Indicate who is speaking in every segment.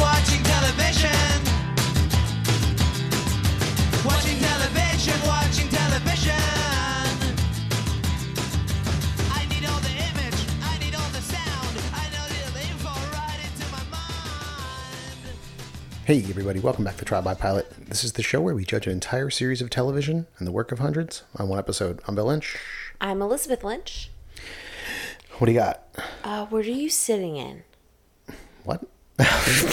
Speaker 1: watching television. Watching television, watching television. I need all the image, I need all the sound. I know the info right into my mind.
Speaker 2: Hey, everybody, welcome back to Trial by Pilot. This is the show where we judge an entire series of television and the work of hundreds on one episode. I'm Bill Lynch.
Speaker 3: I'm Elizabeth Lynch.
Speaker 2: What do you got?
Speaker 3: Uh, what are you sitting in?
Speaker 2: What? God.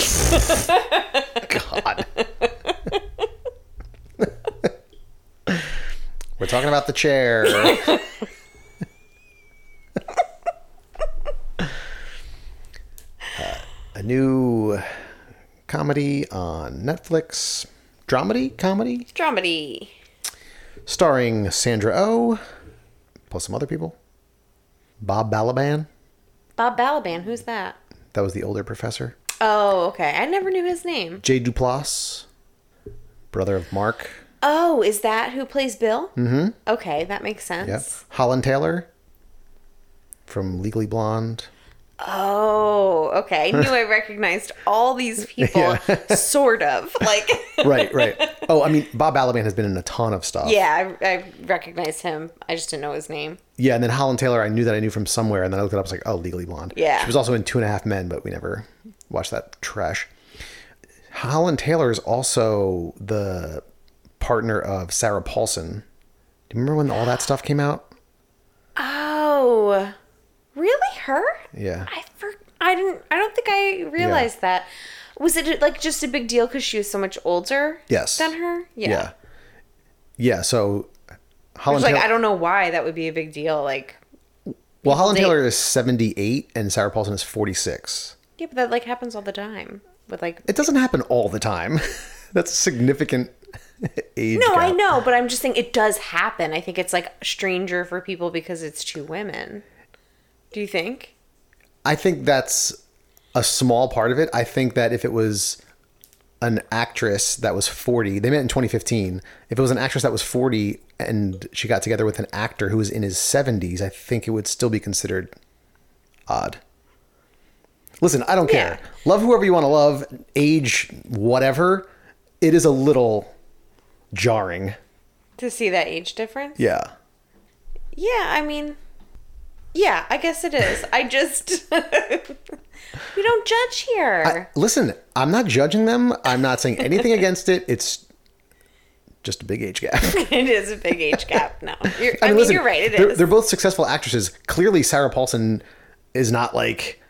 Speaker 2: We're talking about the chair. Uh, a new comedy on Netflix. Dramedy? Comedy?
Speaker 3: Dramedy.
Speaker 2: starring Sandra O, oh, plus some other people. Bob Balaban,
Speaker 3: Bob Balaban, who's that?
Speaker 2: that was the older professor.
Speaker 3: Oh, okay. I never knew his name.
Speaker 2: Jay Duplass, brother of Mark.
Speaker 3: Oh, is that who plays Bill? Mm-hmm. Okay, that makes sense.
Speaker 2: Yep. Holland Taylor from Legally Blonde.
Speaker 3: Oh, okay. I knew I recognized all these people, sort of. Like,
Speaker 2: Right, right. Oh, I mean, Bob Balaban has been in a ton of stuff.
Speaker 3: yeah, I, I recognized him. I just didn't know his name.
Speaker 2: Yeah, and then Holland Taylor, I knew that I knew from somewhere, and then I looked it up. I was like, oh, Legally Blonde.
Speaker 3: Yeah.
Speaker 2: She was also in Two and a Half Men, but we never watched that trash. Holland Taylor is also the partner of Sarah Paulson. Do you remember when all that stuff came out?
Speaker 3: Oh, really? Her?
Speaker 2: Yeah.
Speaker 3: I for, I didn't. I don't think I realized that. Was it like just a big deal because she was so much older?
Speaker 2: Yes.
Speaker 3: Than her?
Speaker 2: Yeah. Yeah, so Holland
Speaker 3: Which, like,
Speaker 2: Taylor.
Speaker 3: I don't know why that would be a big deal. Like,
Speaker 2: well, Holland
Speaker 3: they-
Speaker 2: Taylor is 78 and Sarah Paulson is 46.
Speaker 3: yeah, but that like happens all the time. With like,
Speaker 2: It doesn't happen all the time. That's a significant age.
Speaker 3: no, I
Speaker 2: gap.
Speaker 3: know, but I'm just saying it does happen. I think it's like stranger for people because it's two women. Do you think?
Speaker 2: I think that's a small part of it. I think that if it was an actress that was 40, they met in 2015. If it was an actress that was 40 and she got together with an actor who was in his 70s, I think it would still be considered odd. Listen, I don't care. Love whoever you want to love, age, whatever. It is a little jarring.
Speaker 3: To see that age difference?
Speaker 2: Yeah.
Speaker 3: Yeah, I mean, yeah, I guess it is. I just we don't judge here.
Speaker 2: Listen, I'm not judging them. I'm not saying anything against it. It's just a big age gap.
Speaker 3: it is a big age gap. No, you're, I, mean,
Speaker 2: listen,
Speaker 3: you're right. It
Speaker 2: they're,
Speaker 3: is.
Speaker 2: they're both successful actresses. Clearly, Sarah Paulson is not like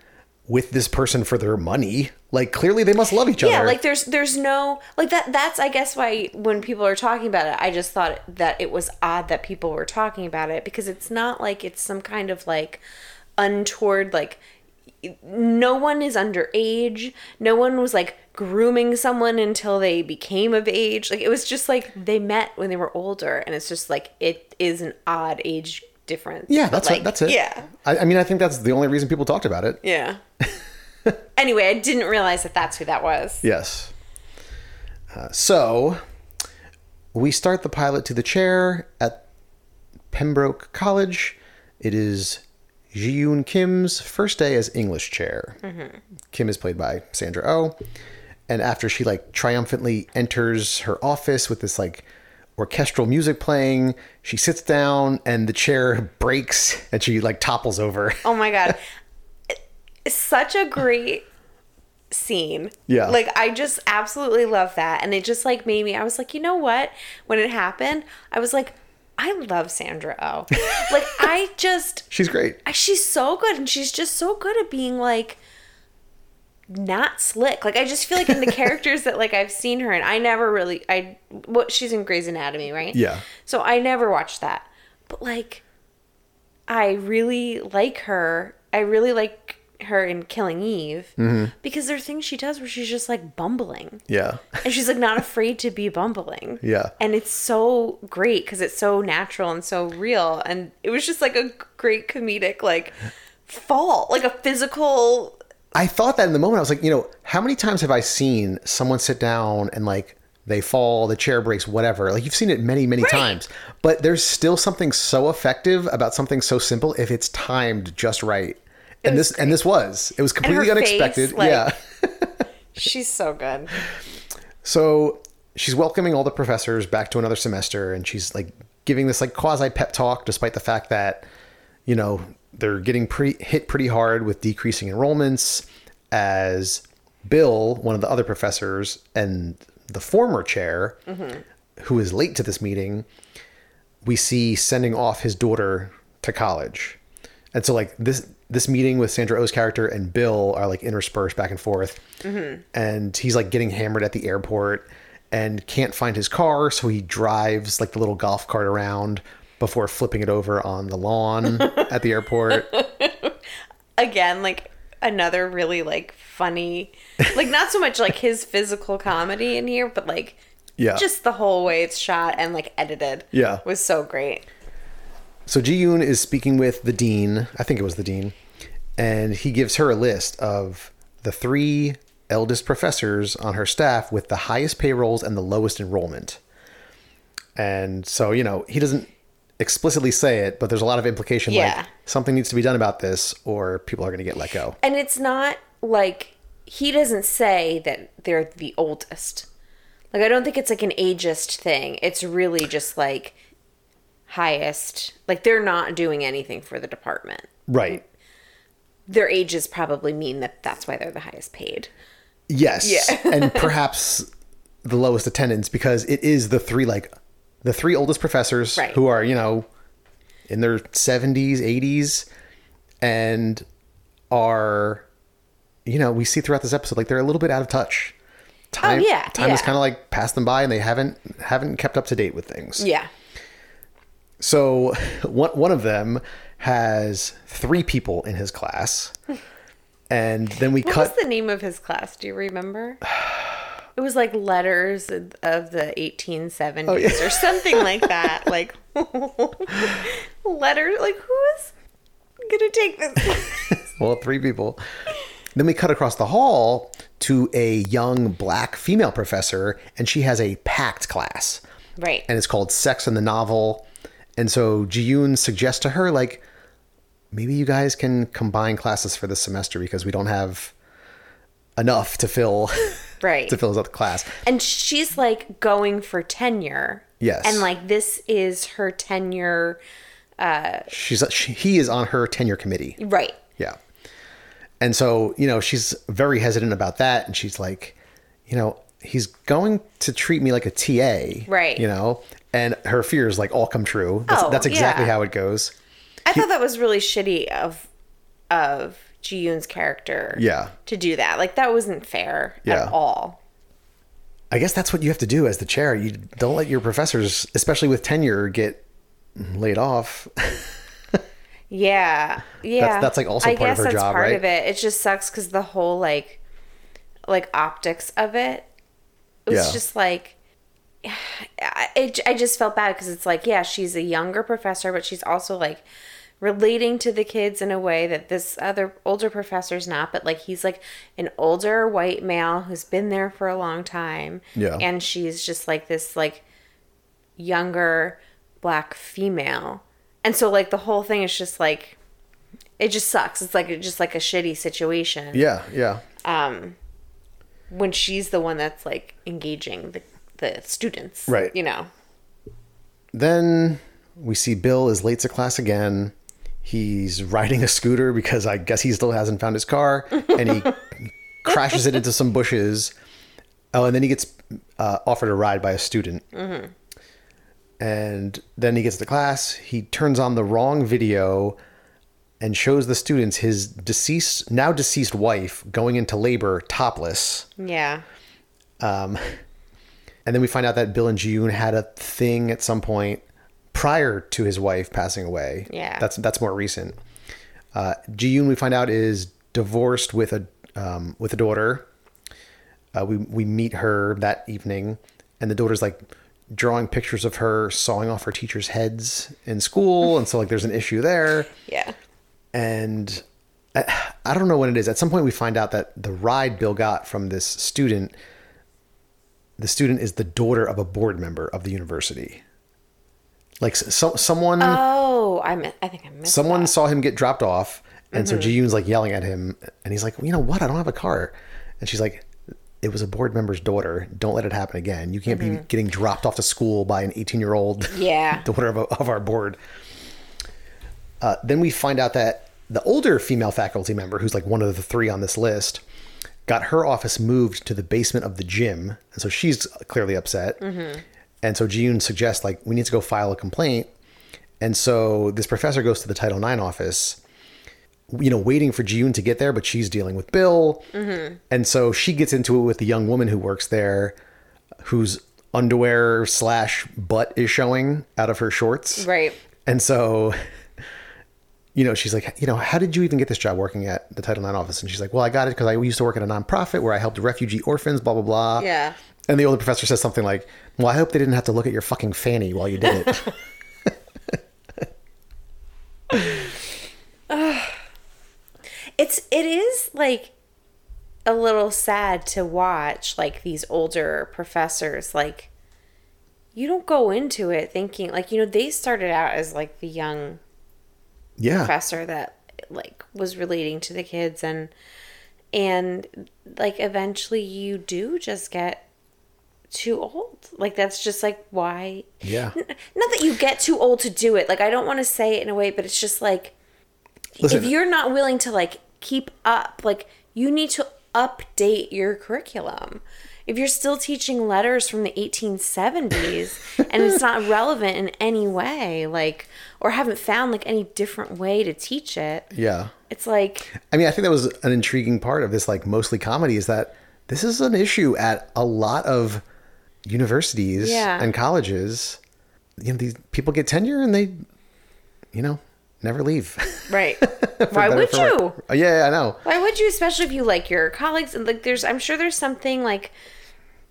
Speaker 2: with this person for their money. Like, clearly, they must love each
Speaker 3: yeah
Speaker 2: other.
Speaker 3: like there's there's no like that that's i guess why when people are talking about it i just thought that it was odd that people were talking about it because it's not like it's some kind of like untoward like no one is underage no one was like grooming someone until they became of age like it was just like they met when they were older and it's just like it is an odd age difference
Speaker 2: yeah,
Speaker 3: But,
Speaker 2: that's
Speaker 3: like,
Speaker 2: it. That's it.
Speaker 3: yeah
Speaker 2: I, I mean, I think that's the only reason people talked about it.
Speaker 3: yeah anyway i didn't realize that that's who that was
Speaker 2: Yes. Uh, so we start the pilot to the chair at Pembroke College. It is Jiyoon Kim's first day as English chair.
Speaker 3: Mm-hmm.
Speaker 2: Kim is played by Sandra O. Oh. And after she like triumphantly enters her office with this like orchestral music playing, she sits down and the chair breaks and she like topples over.
Speaker 3: Oh my god. It's Such a great scene.
Speaker 2: Yeah.
Speaker 3: Like I just absolutely love that and it just like made me I was like, "You know what? When it happened, I was like, I love Sandra Oh. like I just
Speaker 2: She's great.
Speaker 3: I- she's so good and she's just so good at being like not slick. Like I just feel like in the characters that like I've seen her and I never really I what she's in Grey's Anatomy, right?
Speaker 2: Yeah.
Speaker 3: So I never watched that. But like I really like her. I really like her in Killing Eve
Speaker 2: Mm-hmm.
Speaker 3: because there are things she does where she's just like bumbling.
Speaker 2: Yeah.
Speaker 3: And she's like not afraid to be bumbling.
Speaker 2: Yeah.
Speaker 3: And it's so great because it's so natural and so real. And it was just like a great comedic, like, fall, like a physical
Speaker 2: I thought that in the moment. I was like, you know, how many times have I seen someone sit down and like they fall, the chair breaks, whatever? Like you've seen it many, many times. But there's still something so effective about something so simple if it's timed just right. And this and this was. It was completely
Speaker 3: her face,
Speaker 2: unexpected.
Speaker 3: like-
Speaker 2: yeah.
Speaker 3: She's so good.
Speaker 2: So she's welcoming all the professors back to another semester, and she's like giving this like quasi pep talk, despite the fact that you know they're getting pretty hit pretty hard with decreasing enrollments. As Bill, one of the other professors, and the former chair, who is late to this meeting, we see sending off his daughter to college. And so like this this meeting with Sandra O's character and Bill are like interspersed back and forth. And he's like getting hammered at the airport and can't find his car, so he drives like the little golf cart around before flipping it over on the lawn at the airport.
Speaker 3: Again, like another really like funny, like not so much like his physical comedy in here, but like
Speaker 2: Yeah.
Speaker 3: just the whole way it's shot and like edited.
Speaker 2: Yeah.
Speaker 3: was so great.
Speaker 2: So Ji Yoon is speaking with the dean. I think it was the dean, and he gives her a list of the three eldest professors on her staff with the highest payrolls and the lowest enrollment. And so you know he doesn't explicitly say it, but there's a lot of implication
Speaker 3: Yeah.
Speaker 2: like something needs to be done about this, or people are going to get let go.
Speaker 3: And it's not like he doesn't say that they're the oldest. Like I don't think it's like an ageist thing. It's really just like highest. Like they're not doing anything for the department.
Speaker 2: Right.
Speaker 3: Their ages probably mean that that's why they're the highest paid.
Speaker 2: Yes. and perhaps the lowest attendance because it is the three like the three oldest professors
Speaker 3: Right.
Speaker 2: who are, you know, in their 70s, 80s and are you know, we see throughout this episode like they're a little bit out of touch. Time
Speaker 3: Oh, yeah,
Speaker 2: time is
Speaker 3: yeah.
Speaker 2: kind of like passed them by and they haven't haven't kept up to date with things.
Speaker 3: Yeah.
Speaker 2: So one one of them has three people in his class. And then we
Speaker 3: What
Speaker 2: cut
Speaker 3: was the name of his class? Do you remember? It was like letters of the 1870s or something like that. Like letters. Like who's gonna take this?
Speaker 2: Well, three people. Then we cut across the hall to a young black female professor, and she has a packed class,
Speaker 3: right.
Speaker 2: and it's called Sex in the Novel. And so Jiyoon suggests to her, like, maybe you guys can combine classes for this semester because we don't have enough to fill
Speaker 3: right.
Speaker 2: to fill this other class.
Speaker 3: and she's like going for tenure.
Speaker 2: Yes.
Speaker 3: And like this is her tenure.
Speaker 2: She's she, he is on her tenure committee.
Speaker 3: Right.
Speaker 2: Yeah. And so, you know, she's very hesitant about that. And she's like, you know, he's going to treat me like a TA.
Speaker 3: Right.
Speaker 2: You know, and her fears like all come true. That's,
Speaker 3: Oh,
Speaker 2: that's exactly
Speaker 3: yeah.
Speaker 2: how it goes.
Speaker 3: I thought that was really shitty of of Ji Yoon's character.
Speaker 2: Yeah.
Speaker 3: To do that. Like that wasn't fair
Speaker 2: Yeah.
Speaker 3: at all.
Speaker 2: I guess that's what you have to do as the chair. You don't let your professors, especially with tenure, get laid off.
Speaker 3: Yeah, yeah.
Speaker 2: that's, like, also
Speaker 3: I
Speaker 2: part of
Speaker 3: guess
Speaker 2: her
Speaker 3: that's
Speaker 2: job,
Speaker 3: part
Speaker 2: right?
Speaker 3: of it. It just sucks because the whole like, like optics of it. It was
Speaker 2: Yeah.
Speaker 3: just like, I, it, I just felt bad because it's like, yeah, she's a younger professor, but she's also like relating to the kids in a way that this other older professor's not. But like, he's like an older white male who's been there for a long time.
Speaker 2: Yeah.
Speaker 3: and she's just like this like younger black female. And so like the whole thing is just like it just sucks. It's like just like a shitty situation Um,
Speaker 2: yeah. Yeah.
Speaker 3: when she's the one that's like engaging the the students.
Speaker 2: Right.
Speaker 3: You know.
Speaker 2: Then we see Bill is late to class again. He's riding a scooter because I guess he still hasn't found his car and he crashes it into some bushes. Oh, and then he gets uh, offered a ride by a student. And then he gets to class. He turns on the wrong video and shows the students his deceased, now deceased wife going into labor topless.
Speaker 3: Yeah.
Speaker 2: And then we find out that Bill and June had a thing at some point prior to his wife passing away.
Speaker 3: Yeah.
Speaker 2: that's that's more recent. Uh, June, we find out, is divorced with a um, with a daughter. Uh, we we meet her that evening, and the daughter's like drawing pictures of her sawing off her Mm. teachers' heads in school, and so like there's an issue there
Speaker 3: Yeah.
Speaker 2: and I, I don't know when it is. At some point, we find out that the ride Bill got from this student, the student is the daughter of a board member of the university. Like so, someone,
Speaker 3: Oh, I mi- I think I missed.
Speaker 2: someone saw him get dropped off, and so Ji Yoon's like yelling at him, and he's like, "You know what? I don't have a car," and she's like. It was a board member's daughter. Don't let it happen again. You can't be getting dropped off to school by an 18 year old
Speaker 3: Yeah.
Speaker 2: daughter of, of our board. Uh, then we find out that the older female faculty member, who's like one of the three on this list, got her office moved to the basement of the gym, and so she's clearly upset. And so Jiyoon suggests like we need to go file a complaint. And so this professor goes to the Title IX office, you know, waiting for Jiyoon to get there, but she's dealing with Bill.
Speaker 3: Mm-hmm.
Speaker 2: And so she gets into it with the young woman who works there, whose underwear slash butt is showing out of her shorts.
Speaker 3: Right.
Speaker 2: And so, you know, she's like, you know, how did you even get this job working at the Title IX office? And she's like, well, I got it because I used to work at a nonprofit where I helped refugee orphans, blah, blah, blah.
Speaker 3: Yeah.
Speaker 2: And the older professor says something like, well, I hope they didn't have to look at your fucking fanny while you did it.
Speaker 3: It's it is like a little sad to watch like these older professors like you don't go into it thinking like you know they started out as like the young
Speaker 2: yeah.
Speaker 3: professor that like was relating to the kids and and like eventually you do just get too old like that's just like why
Speaker 2: Yeah.
Speaker 3: N- not that you get too old to do it like i don't want to say it in a way but it's just like
Speaker 2: Listen,
Speaker 3: if you're not willing to like keep up like you need to update your curriculum if you're still teaching letters from the 1870s and it's not relevant in any way like or haven't found like any different way to teach it
Speaker 2: yeah.
Speaker 3: it's like
Speaker 2: I mean, I think that was an intriguing part of this, like mostly comedy, is that this is an issue at a lot of universities
Speaker 3: Yeah.
Speaker 2: and colleges. You know, these people get tenure and they, you know, never leave.
Speaker 3: right
Speaker 2: For
Speaker 3: why
Speaker 2: better,
Speaker 3: would
Speaker 2: for worse.
Speaker 3: you
Speaker 2: Oh, Yeah, yeah, I know.
Speaker 3: Why would you, especially if you like your colleagues? And like, there's, I'm sure there's something like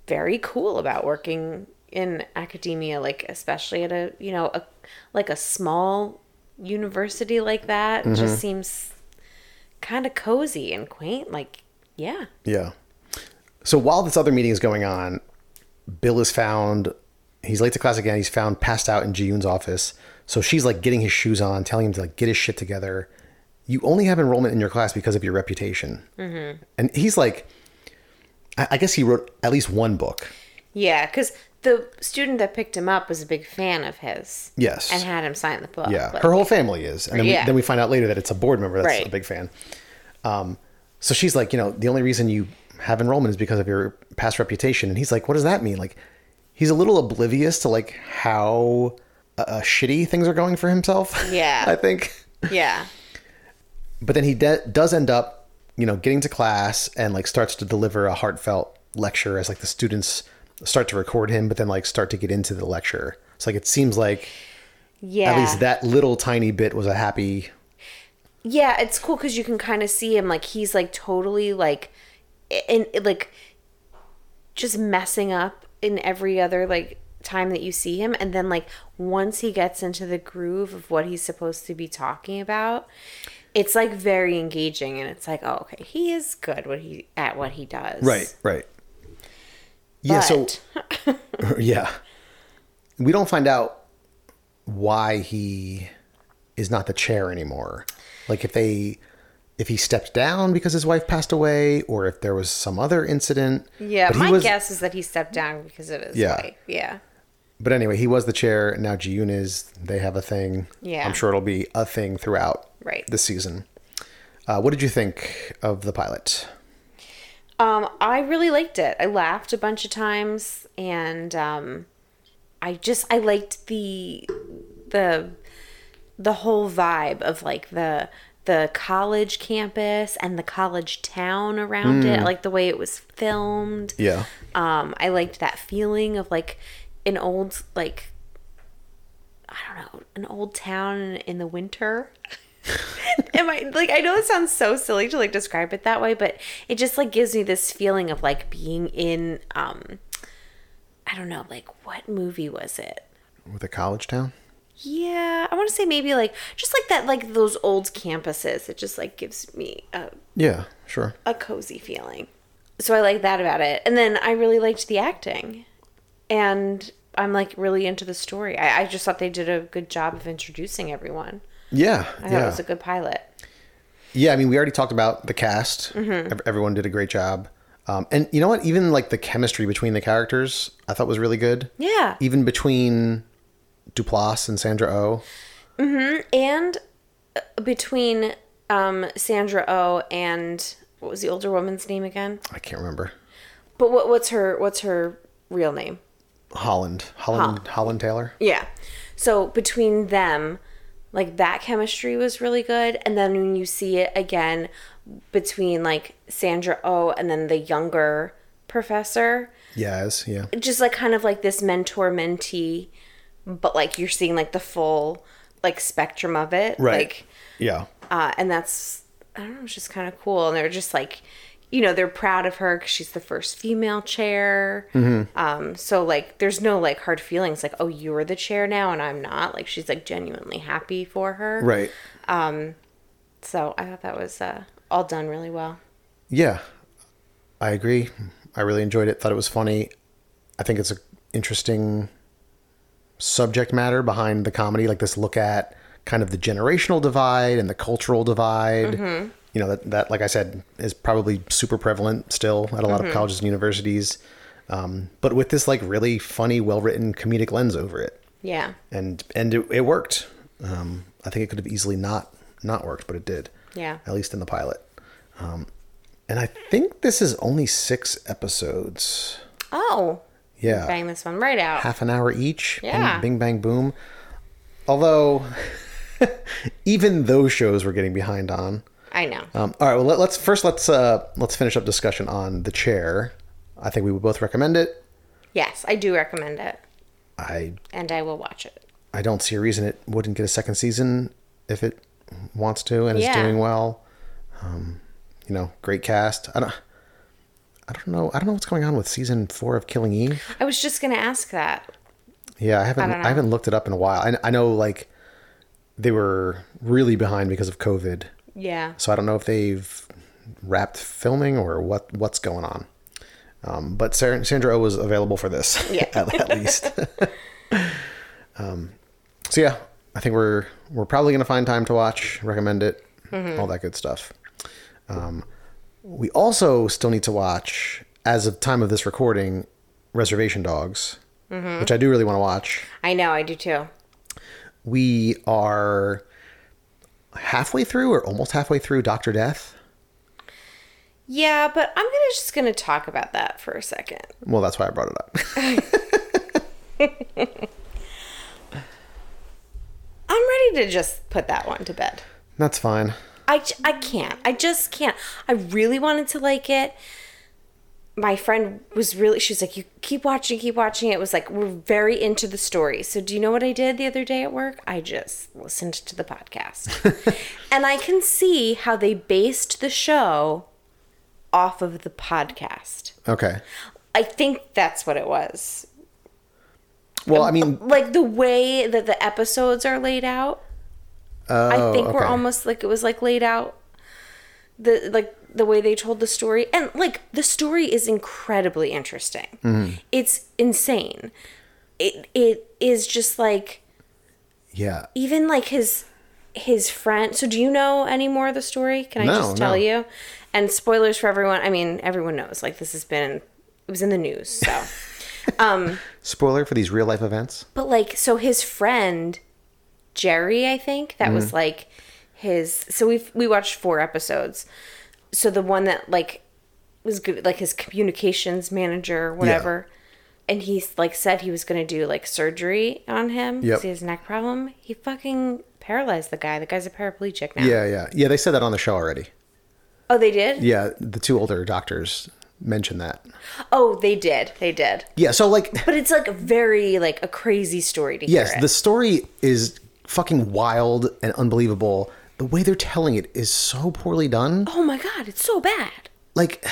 Speaker 3: very cool about working in academia, like especially at a, you know, a like a small university like that. It
Speaker 2: Mm-hmm.
Speaker 3: just seems kind of cozy and quaint. Like, yeah,
Speaker 2: Yeah. So while this other meeting is going on, Bill is found. He's late to class again. He's found passed out in Ji-Yoon's office. So she's like getting his shoes on, telling him to like get his shit together. You only have enrollment in your class because of your reputation. And he's like, I, I guess he wrote at least one book.
Speaker 3: yeah, because the student that picked him up was a big fan of his.
Speaker 2: Yes.
Speaker 3: and had him sign the book.
Speaker 2: Yeah,
Speaker 3: Like,
Speaker 2: her whole family is, and then,
Speaker 3: Yeah.
Speaker 2: we, then we find out later that it's a board member that's
Speaker 3: Right.
Speaker 2: a big fan. Um, so she's like, you know, the only reason you have enrollment is because of your past reputation, and he's like, what does that mean? Like, he's a little oblivious to like how uh, shitty things are going for himself.
Speaker 3: Yeah.
Speaker 2: I think.
Speaker 3: yeah,
Speaker 2: But then he de- does end up, you know, getting to class and like starts to deliver a heartfelt lecture as like the students start to record him, but then like start to get into the lecture. So like it seems like
Speaker 3: yeah.
Speaker 2: at least that little tiny bit was a happy
Speaker 3: Yeah, it's cool because you can kind of see him like he's like totally like in like just messing up in every other like time that you see him and then like once he gets into the groove of what he's supposed to be talking about it's like very engaging and it's like oh okay he is good what he at what he does
Speaker 2: Right, right. Yeah, so
Speaker 3: But-
Speaker 2: yeah. We don't find out why he is not the chair anymore. Like if they if he stepped down because his wife passed away or if there was some other incident.
Speaker 3: yeah
Speaker 2: But he
Speaker 3: my
Speaker 2: was-
Speaker 3: guess is that he stepped down because of his
Speaker 2: Yeah.
Speaker 3: wife yeah
Speaker 2: But anyway, he was the chair, now Jiyun is. They have a thing.
Speaker 3: Yeah.
Speaker 2: I'm sure it'll be a thing throughout
Speaker 3: Right.
Speaker 2: this season. Uh, what did you think of the pilot?
Speaker 3: Um, I really liked it. I laughed a bunch of times, and um, I just I liked the the the whole vibe of like the the college campus and the college town around it. I like the way it was filmed.
Speaker 2: Yeah.
Speaker 3: Um, I liked that feeling of like an old like I don't know an old town in the winter. Am I like I know it sounds so silly to like describe it that way, but it just like gives me this feeling of like being in um I don't know like what movie was it?
Speaker 2: With a college town?
Speaker 3: Yeah, I want to say maybe like just like that, like those old campuses. It just like gives me a,
Speaker 2: Yeah, sure.
Speaker 3: a cozy feeling. So I like that about it. And then I really liked the acting, and I'm like really into the story. I, I just thought they did a good job of introducing everyone.
Speaker 2: Yeah,
Speaker 3: I thought
Speaker 2: yeah,
Speaker 3: it was a good pilot.
Speaker 2: yeah. I mean, we already talked about the cast. Ev- Everyone did a great job, um, and you know what? Even like the chemistry between the characters, I thought was really good.
Speaker 3: Yeah,
Speaker 2: Even between Duplass and Sandra Oh, O.
Speaker 3: and uh, between um, Sandra O oh and what was the older woman's name again?
Speaker 2: I can't remember
Speaker 3: But what, what's her what's her real name?
Speaker 2: Holland, Holland, Holland Taylor.
Speaker 3: Yeah. So between them, like that chemistry was really good. And then when you see it again between like Sandra O oh and then the younger professor,
Speaker 2: Yes, yeah.
Speaker 3: just like kind of like this mentor mentee, but like you're seeing like the full like spectrum of it.
Speaker 2: Right.
Speaker 3: Like
Speaker 2: yeah.
Speaker 3: uh, and that's I don't know, it's just kind of cool. And they're just like, you know, they're proud of her because she's the first female chair.
Speaker 2: Mm-hmm.
Speaker 3: Um, so like, there's no like hard feelings, like oh, you're the chair now and I'm not. Like she's like genuinely happy for her.
Speaker 2: Right.
Speaker 3: So I thought that was uh, all done really well.
Speaker 2: Yeah. I agree. I really enjoyed it. Thought it was funny. I think it's an interesting subject matter behind the comedy, like this look at kind of the generational divide and the cultural divide. You know, that, that, like I said, is probably super prevalent still at a lot of colleges and universities. Um, but with this, like, really funny, well written comedic lens over it.
Speaker 3: Yeah.
Speaker 2: and and it, it worked. Um, I think it could have easily not not worked, but it did.
Speaker 3: Yeah.
Speaker 2: at least in the pilot. Um, and I think this is only six episodes.
Speaker 3: Oh.
Speaker 2: Yeah,
Speaker 3: Bang this one right out.
Speaker 2: half an hour each. Bing-
Speaker 3: Yeah.
Speaker 2: bing, bang boom. Although, even those shows we're getting behind on.
Speaker 3: I know.
Speaker 2: Um, all right. Well, let, let's first let's uh, let's finish up discussion on the chair. I think we would both recommend it.
Speaker 3: Yes, I do recommend it,
Speaker 2: I
Speaker 3: and I will watch it.
Speaker 2: I don't see a reason it wouldn't get a second season if it wants to and is
Speaker 3: Yeah.
Speaker 2: doing well. Um, you know, great cast. I don't. I don't know. I don't know what's going on with season four of Killing Eve.
Speaker 3: I was just gonna ask that.
Speaker 2: Yeah, I haven't.
Speaker 3: don't
Speaker 2: I,
Speaker 3: know.
Speaker 2: haven't looked it up in a while. I, I know like they were really behind because of COVID,
Speaker 3: Yeah.
Speaker 2: so I don't know if they've wrapped filming or what what's going on. Um, but Sarah, Sandra O was available for this,
Speaker 3: Yeah.
Speaker 2: at, at least. um, so yeah, I think we're we're probably gonna find time to watch, recommend it, all that good stuff. Um, we also still need to watch, as of time of this recording, Reservation Dogs, which I do really want to watch.
Speaker 3: I know. I do too.
Speaker 2: We are halfway through or almost halfway through Doctor Death.
Speaker 3: Yeah, but I'm gonna just gonna talk about that for a second.
Speaker 2: Well, that's why I brought it up.
Speaker 3: I'm ready to just put that one to bed.
Speaker 2: that's fine.
Speaker 3: I, j- I can't. I just can't. I really wanted to like it. My friend was really, she was like, you keep watching, keep watching. It was like, we're very into the story. So, do you know what I did the other day at work? I just listened to the podcast. and I can see how they based the show off of the podcast.
Speaker 2: Okay.
Speaker 3: I think that's what it was.
Speaker 2: Well, I mean,
Speaker 3: Like the way that the episodes are laid out. I think we're
Speaker 2: Oh, okay.
Speaker 3: almost like it was like laid out the like the way they told the story and like the story is incredibly interesting.
Speaker 2: Mm-hmm.
Speaker 3: It's insane. It it is just like
Speaker 2: yeah.
Speaker 3: even like his his friend. So do you know any more of the story? Can I
Speaker 2: No,
Speaker 3: just tell
Speaker 2: no.
Speaker 3: you? And spoilers for everyone. I mean, everyone knows like this has been it was in the news. So
Speaker 2: Spoiler for these real life events.
Speaker 3: But like, so his friend Jerry, I think that
Speaker 2: Mm-hmm.
Speaker 3: was like his. So we we watched four episodes. So the one that like was good, like his communications manager, whatever. And he's like said he was gonna do like surgery on him because
Speaker 2: Yep.
Speaker 3: he has a neck problem. He fucking paralyzed the guy. The guy's a paraplegic now.
Speaker 2: Yeah, yeah, yeah. They said that on the show already.
Speaker 3: Oh, they did.
Speaker 2: Yeah, the two older doctors mentioned that.
Speaker 3: Oh, they did. They did.
Speaker 2: Yeah. So like,
Speaker 3: But it's like very like a crazy story to
Speaker 2: yes,
Speaker 3: hear.
Speaker 2: the
Speaker 3: Yes.
Speaker 2: story is fucking wild and unbelievable. The way they're telling it is so poorly done.
Speaker 3: Oh my god, it's so bad.
Speaker 2: Like,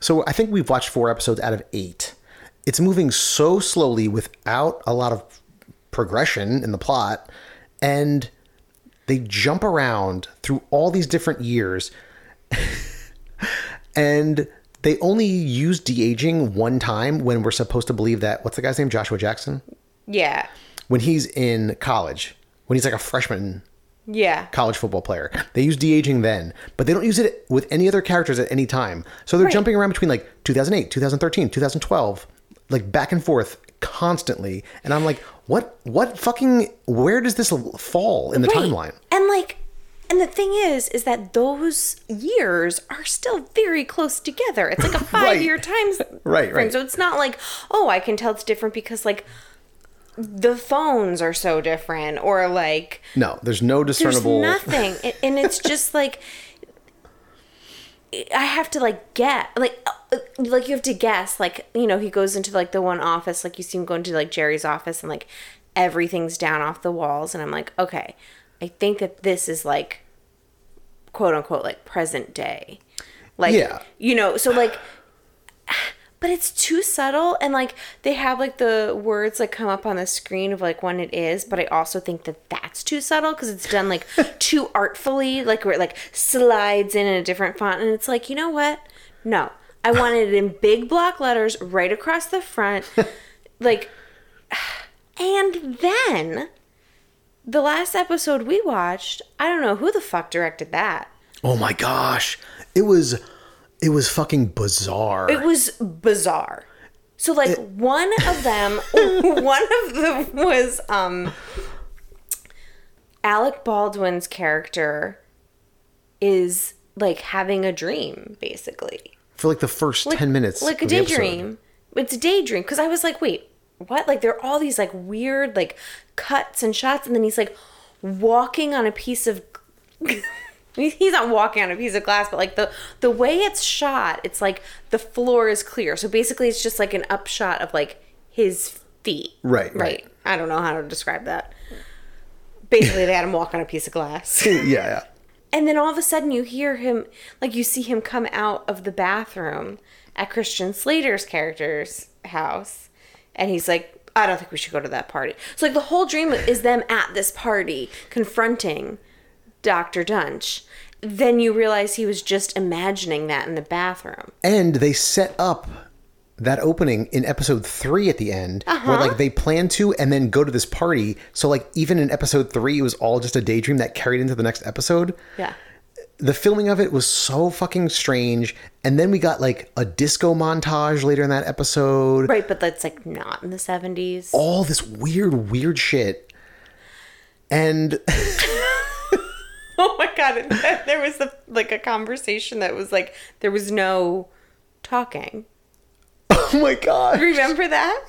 Speaker 2: so I think we've watched four episodes out of eight. It's moving so slowly without a lot of progression in the plot, and they jump around through all these different years, and they only use de aging one time when we're supposed to believe that what's the guy's name Joshua Jackson
Speaker 3: Yeah.
Speaker 2: when he's in college when he's like a freshman
Speaker 3: Yeah.
Speaker 2: college football player. They use de aging then, but they don't use it with any other characters at any time. So they're jumping around between like 2008, 2013, 2012, like back and forth constantly. And I'm like, what? What fucking? Where does this fall in the
Speaker 3: Right.
Speaker 2: timeline?
Speaker 3: And like and the thing is is that those years are still very close together. It's like a 5 year times
Speaker 2: Right, right.
Speaker 3: So it's not like, oh, I can tell it's different because like the phones are so different or like
Speaker 2: No, there's no
Speaker 3: there's
Speaker 2: discernible.
Speaker 3: nothing and- and it's just like i have to like get like uh, like you have to guess like you know he goes into like the one office like you see him going to like jerry's office and like everything's down off the walls and i'm like okay i think that this is like quote unquote like present day like
Speaker 2: Yeah.
Speaker 3: you know so like but it's too subtle and like they have like the words like come up on the screen of like when it is but i also think that that's too subtle because it's done like too artfully like where it like slides in in a different font and it's like you know what no i want it in big block letters right across the front like and then the last episode we watched i don't know who the fuck directed that
Speaker 2: oh my gosh, it was, it was fucking bizarre.
Speaker 3: It was bizarre. So like one of them, one of them was um, Alec Baldwin's character is like having a dream, basically.
Speaker 2: For like the first
Speaker 3: Like-
Speaker 2: ten minutes,
Speaker 3: like a
Speaker 2: of the episode.
Speaker 3: daydream. It's a daydream because I was like, wait, what? Like there are all these like weird like cuts and shots, and then he's like walking on a piece of. He's not walking on a piece of glass, but like the the way it's shot, it's like the floor is clear. So basically, it's just like an upshot of like his feet.
Speaker 2: Right,
Speaker 3: right.
Speaker 2: right.
Speaker 3: I don't know how to describe that. Basically, they had him walk on a piece of glass.
Speaker 2: yeah, yeah.
Speaker 3: And then all of a sudden you hear him, like you see him come out of the bathroom at Christian Slater's character's house. And he's like, I don't think we should go to that party. So, like, the whole dream is them at this party confronting Dr. Dunch. Then you realize he was just imagining that in the bathroom.
Speaker 2: and they set up that opening in episode three at the end
Speaker 3: Uh-huh.
Speaker 2: where like they plan to and then go to this party so like even in episode three it was all just a daydream that carried into the next episode
Speaker 3: Yeah.
Speaker 2: the filming of it was so fucking strange and then we got like a disco montage later in that episode
Speaker 3: Right, but that's like not in the 70s.
Speaker 2: all this weird weird shit and
Speaker 3: Oh my god! and then There was the, like a conversation that was like there was no talking.
Speaker 2: oh my god
Speaker 3: Remember that?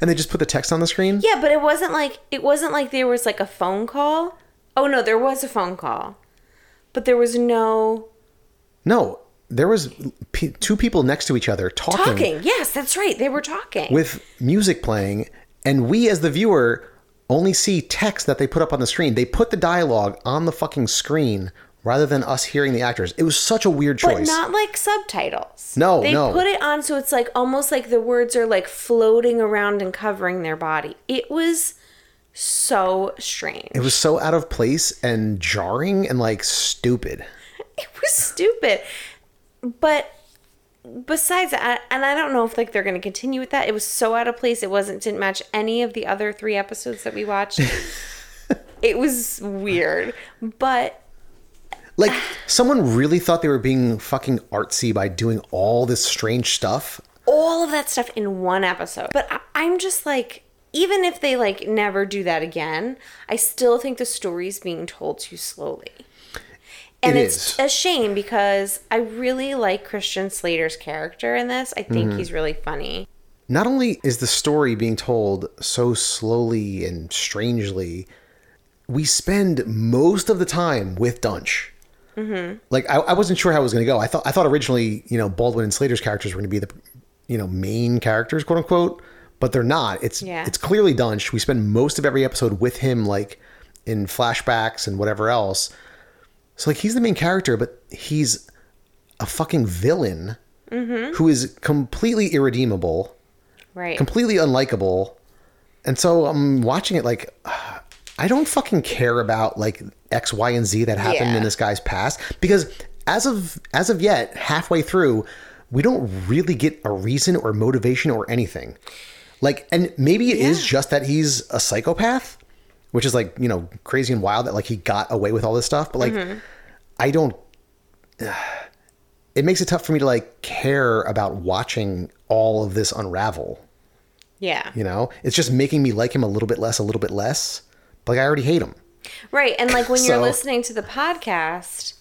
Speaker 2: and they just put the text on the screen
Speaker 3: Yeah, but it wasn't like it wasn't like there was like a phone call. Oh no, there was a phone call, but there was no
Speaker 2: no there was p- two people next to each other
Speaker 3: talking. Yes, that's right. They were talking.
Speaker 2: with music playing, and we as the viewer only see text that they put up on the screen. They put the dialogue on the fucking screen rather than us hearing the actors. It was such a weird
Speaker 3: but
Speaker 2: choice.
Speaker 3: not like subtitles.
Speaker 2: No,
Speaker 3: they
Speaker 2: no.
Speaker 3: put it on so it's like almost like the words are like floating around and covering their body. It was so strange.
Speaker 2: it was so out of place and jarring and like stupid.
Speaker 3: it was stupid. But besides that, and I don't know if like they're going to continue with that. It was so out of place. It wasn't didn't match any of the other three episodes that we watched. it was weird, but
Speaker 2: Like someone really thought they were being fucking artsy by doing all this strange stuff.
Speaker 3: all of that stuff in one episode. But I, I'm just like. Even if they like never do that again, I still think the story's being told too slowly. And
Speaker 2: It
Speaker 3: it's
Speaker 2: is.
Speaker 3: a shame because I really like Christian Slater's character in this. I
Speaker 2: Mm-hmm.
Speaker 3: think he's really funny.
Speaker 2: Not only is the story being told so slowly and strangely, we spend most of the time with Dunch. Like I, I wasn't sure how it was going to go. I thought I thought originally, you know, Baldwin and Slater's characters were going to be the, you know, main characters, quote unquote, but they're not. It's
Speaker 3: Yeah.
Speaker 2: it's clearly Dunch. We spend most of every episode with him, like in flashbacks and whatever else. So like he's the main character, but he's a fucking villain who is completely irredeemable
Speaker 3: Right.
Speaker 2: completely unlikable And so I'm watching it like uh, I don't fucking care about like X, Y, and Z that happened
Speaker 3: Yeah.
Speaker 2: in this guy's past because as of as of yet, halfway through, we don't really get a reason or motivation or anything. Like, and maybe it is just that he's a psychopath, which is like you know crazy and wild that like he got away with all this stuff. But like,
Speaker 3: Mm-hmm.
Speaker 2: I don't it makes it tough for me to like care about watching all of this unravel.
Speaker 3: Yeah.
Speaker 2: You know, it's just making me like him a little bit less, a little bit less. But like, I already hate him.
Speaker 3: Right. And like when you're
Speaker 2: So-
Speaker 3: listening to the podcast,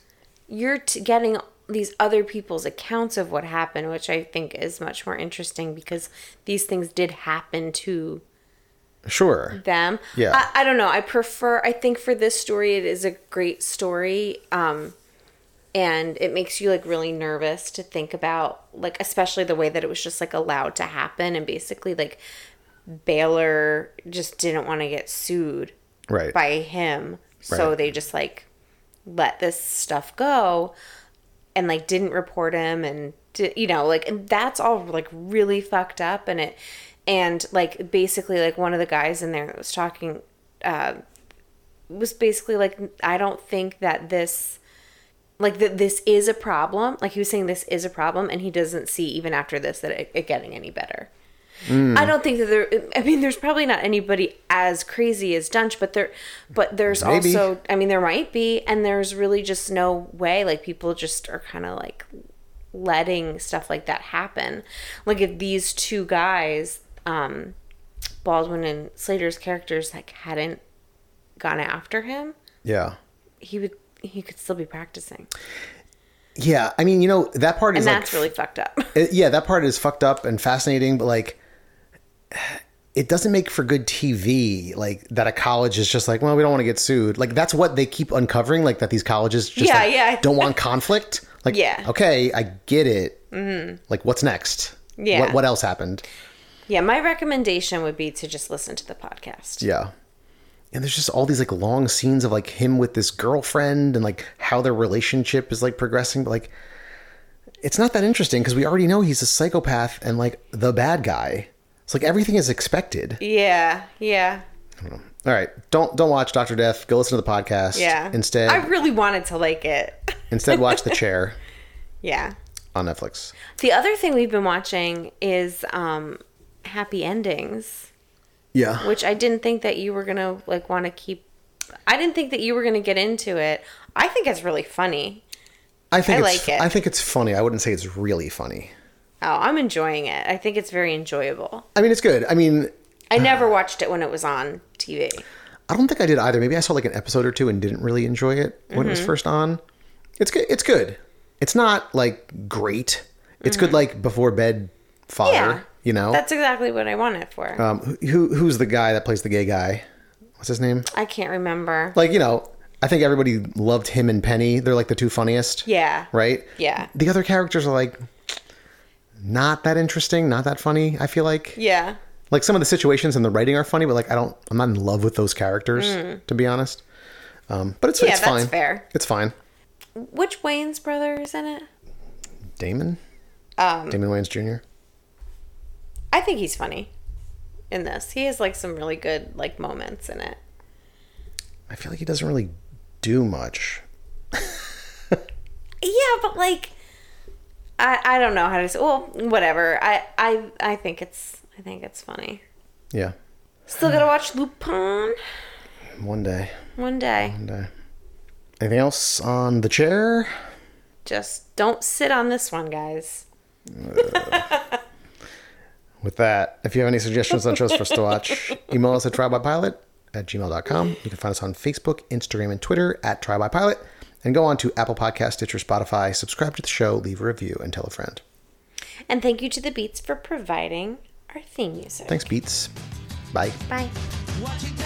Speaker 3: you're t- getting these other people's accounts of what happened, which I think is much more interesting because these things did happen to
Speaker 2: Sure.
Speaker 3: them.
Speaker 2: Yeah.
Speaker 3: I, I don't know. I prefer, I think for this story, it is a great story. Um, and it makes you like really nervous to think about, like, especially the way that it was just like allowed to happen. And basically, like, Baylor just didn't want to get sued
Speaker 2: Right.
Speaker 3: by him. So
Speaker 2: Right.
Speaker 3: they just like let this stuff go and like didn't report him and di- you know like and that's all like really fucked up and it and like basically like one of the guys in there that was talking uh was basically like I don't think that this like that this is a problem like he was saying this is a problem and he doesn't see even after this that it, it getting any better I don't think that there. I mean, there's probably not anybody as crazy as Dunch, but there, but there's
Speaker 2: Maybe.
Speaker 3: also. I mean, there might be, and there's really just no way. Like people just are kind of like letting stuff like that happen. Like if these two guys, um, Baldwin and Slater's characters, like hadn't gone after him,
Speaker 2: Yeah.
Speaker 3: he would he could still be practicing,
Speaker 2: Yeah. I mean, you know, that part
Speaker 3: and
Speaker 2: is
Speaker 3: that's
Speaker 2: like,
Speaker 3: really fucked up.
Speaker 2: it- yeah, that part is fucked up and fascinating, but like, it doesn't make for good TV. Like that, a college is just like, well, we don't want to get sued. Like that's what they keep uncovering. Like that, these colleges just
Speaker 3: Yeah,
Speaker 2: like,
Speaker 3: yeah.
Speaker 2: don't want conflict. Like,
Speaker 3: Yeah.
Speaker 2: okay, I get it. Mm-hmm. Like, what's next?
Speaker 3: Yeah.
Speaker 2: What, what else happened?
Speaker 3: yeah, my recommendation would be to just listen to the podcast.
Speaker 2: Yeah. And there's just all these like long scenes of like him with this girlfriend and like how their relationship is like progressing, but like it's not that interesting because we already know he's a psychopath and like the bad guy. It's like everything is expected.
Speaker 3: Yeah, yeah.
Speaker 2: All right, don't don't watch Doctor Death. Go listen to the podcast.
Speaker 3: Yeah.
Speaker 2: Instead,
Speaker 3: I really wanted to like it.
Speaker 2: instead watch The Chair
Speaker 3: yeah.
Speaker 2: on Netflix.
Speaker 3: The other thing we've been watching is um happy endings,
Speaker 2: Yeah.
Speaker 3: which I didn't think that you were going to like want to keep I didn't think that you were going to get into it. I think it's really funny.
Speaker 2: I think
Speaker 3: I
Speaker 2: it's,
Speaker 3: like it.
Speaker 2: I think it's funny. I wouldn't say it's really funny.
Speaker 3: Oh, I'm enjoying it. I think it's very enjoyable.
Speaker 2: I mean, it's good. I mean,
Speaker 3: I never watched it when it was on TV.
Speaker 2: I don't think I did either. Maybe I saw like an episode or two and didn't really enjoy it when it was
Speaker 3: Mm-hmm.
Speaker 2: first on. It's good. It's good. It's not like great. It's good like before bed fodder.
Speaker 3: Mm-hmm. Yeah.
Speaker 2: You know.
Speaker 3: That's exactly what I want it for.
Speaker 2: um, who who- who's the guy that plays the gay guy? What's his name?
Speaker 3: I can't remember.
Speaker 2: Like you know, I think everybody loved him and Penny. They're like the two funniest.
Speaker 3: yeah.
Speaker 2: Right.
Speaker 3: Yeah.
Speaker 2: The other characters are like not that interesting, not that funny. I feel like
Speaker 3: Yeah.
Speaker 2: like some of the situations and the writing are funny, but like I don't, I'm not in love with those characters to be honest. Um, but it's
Speaker 3: Mm. Yeah,
Speaker 2: it's
Speaker 3: that's
Speaker 2: fine.
Speaker 3: fair.
Speaker 2: It's fine.
Speaker 3: Which Wayne's brother is in it?
Speaker 2: Damon,
Speaker 3: Um
Speaker 2: Damon Wayans Jr.
Speaker 3: I think he's funny in this. He has like some really good like moments in it.
Speaker 2: I feel like he doesn't really do much.
Speaker 3: Yeah, but like I I don't know how to say well, whatever. I I I think it's I think it's funny.
Speaker 2: Yeah,
Speaker 3: Still gotta watch Lupin
Speaker 2: one day,
Speaker 3: one day.
Speaker 2: one day. Anything else on the chair?
Speaker 3: Just don't sit on this one, guys.
Speaker 2: With that, if you have any suggestions on shows for us to watch, email us at trybypilot at gmail.com. You can find us on Facebook, Instagram, and Twitter at trybypilot. And go on to Apple Podcast, Stitcher, Spotify, subscribe to the show, leave a review, and tell a friend.
Speaker 3: And thank you to the Beats for providing our theme music.
Speaker 2: Thanks, Beats. Bye.
Speaker 3: Bye.
Speaker 1: Watching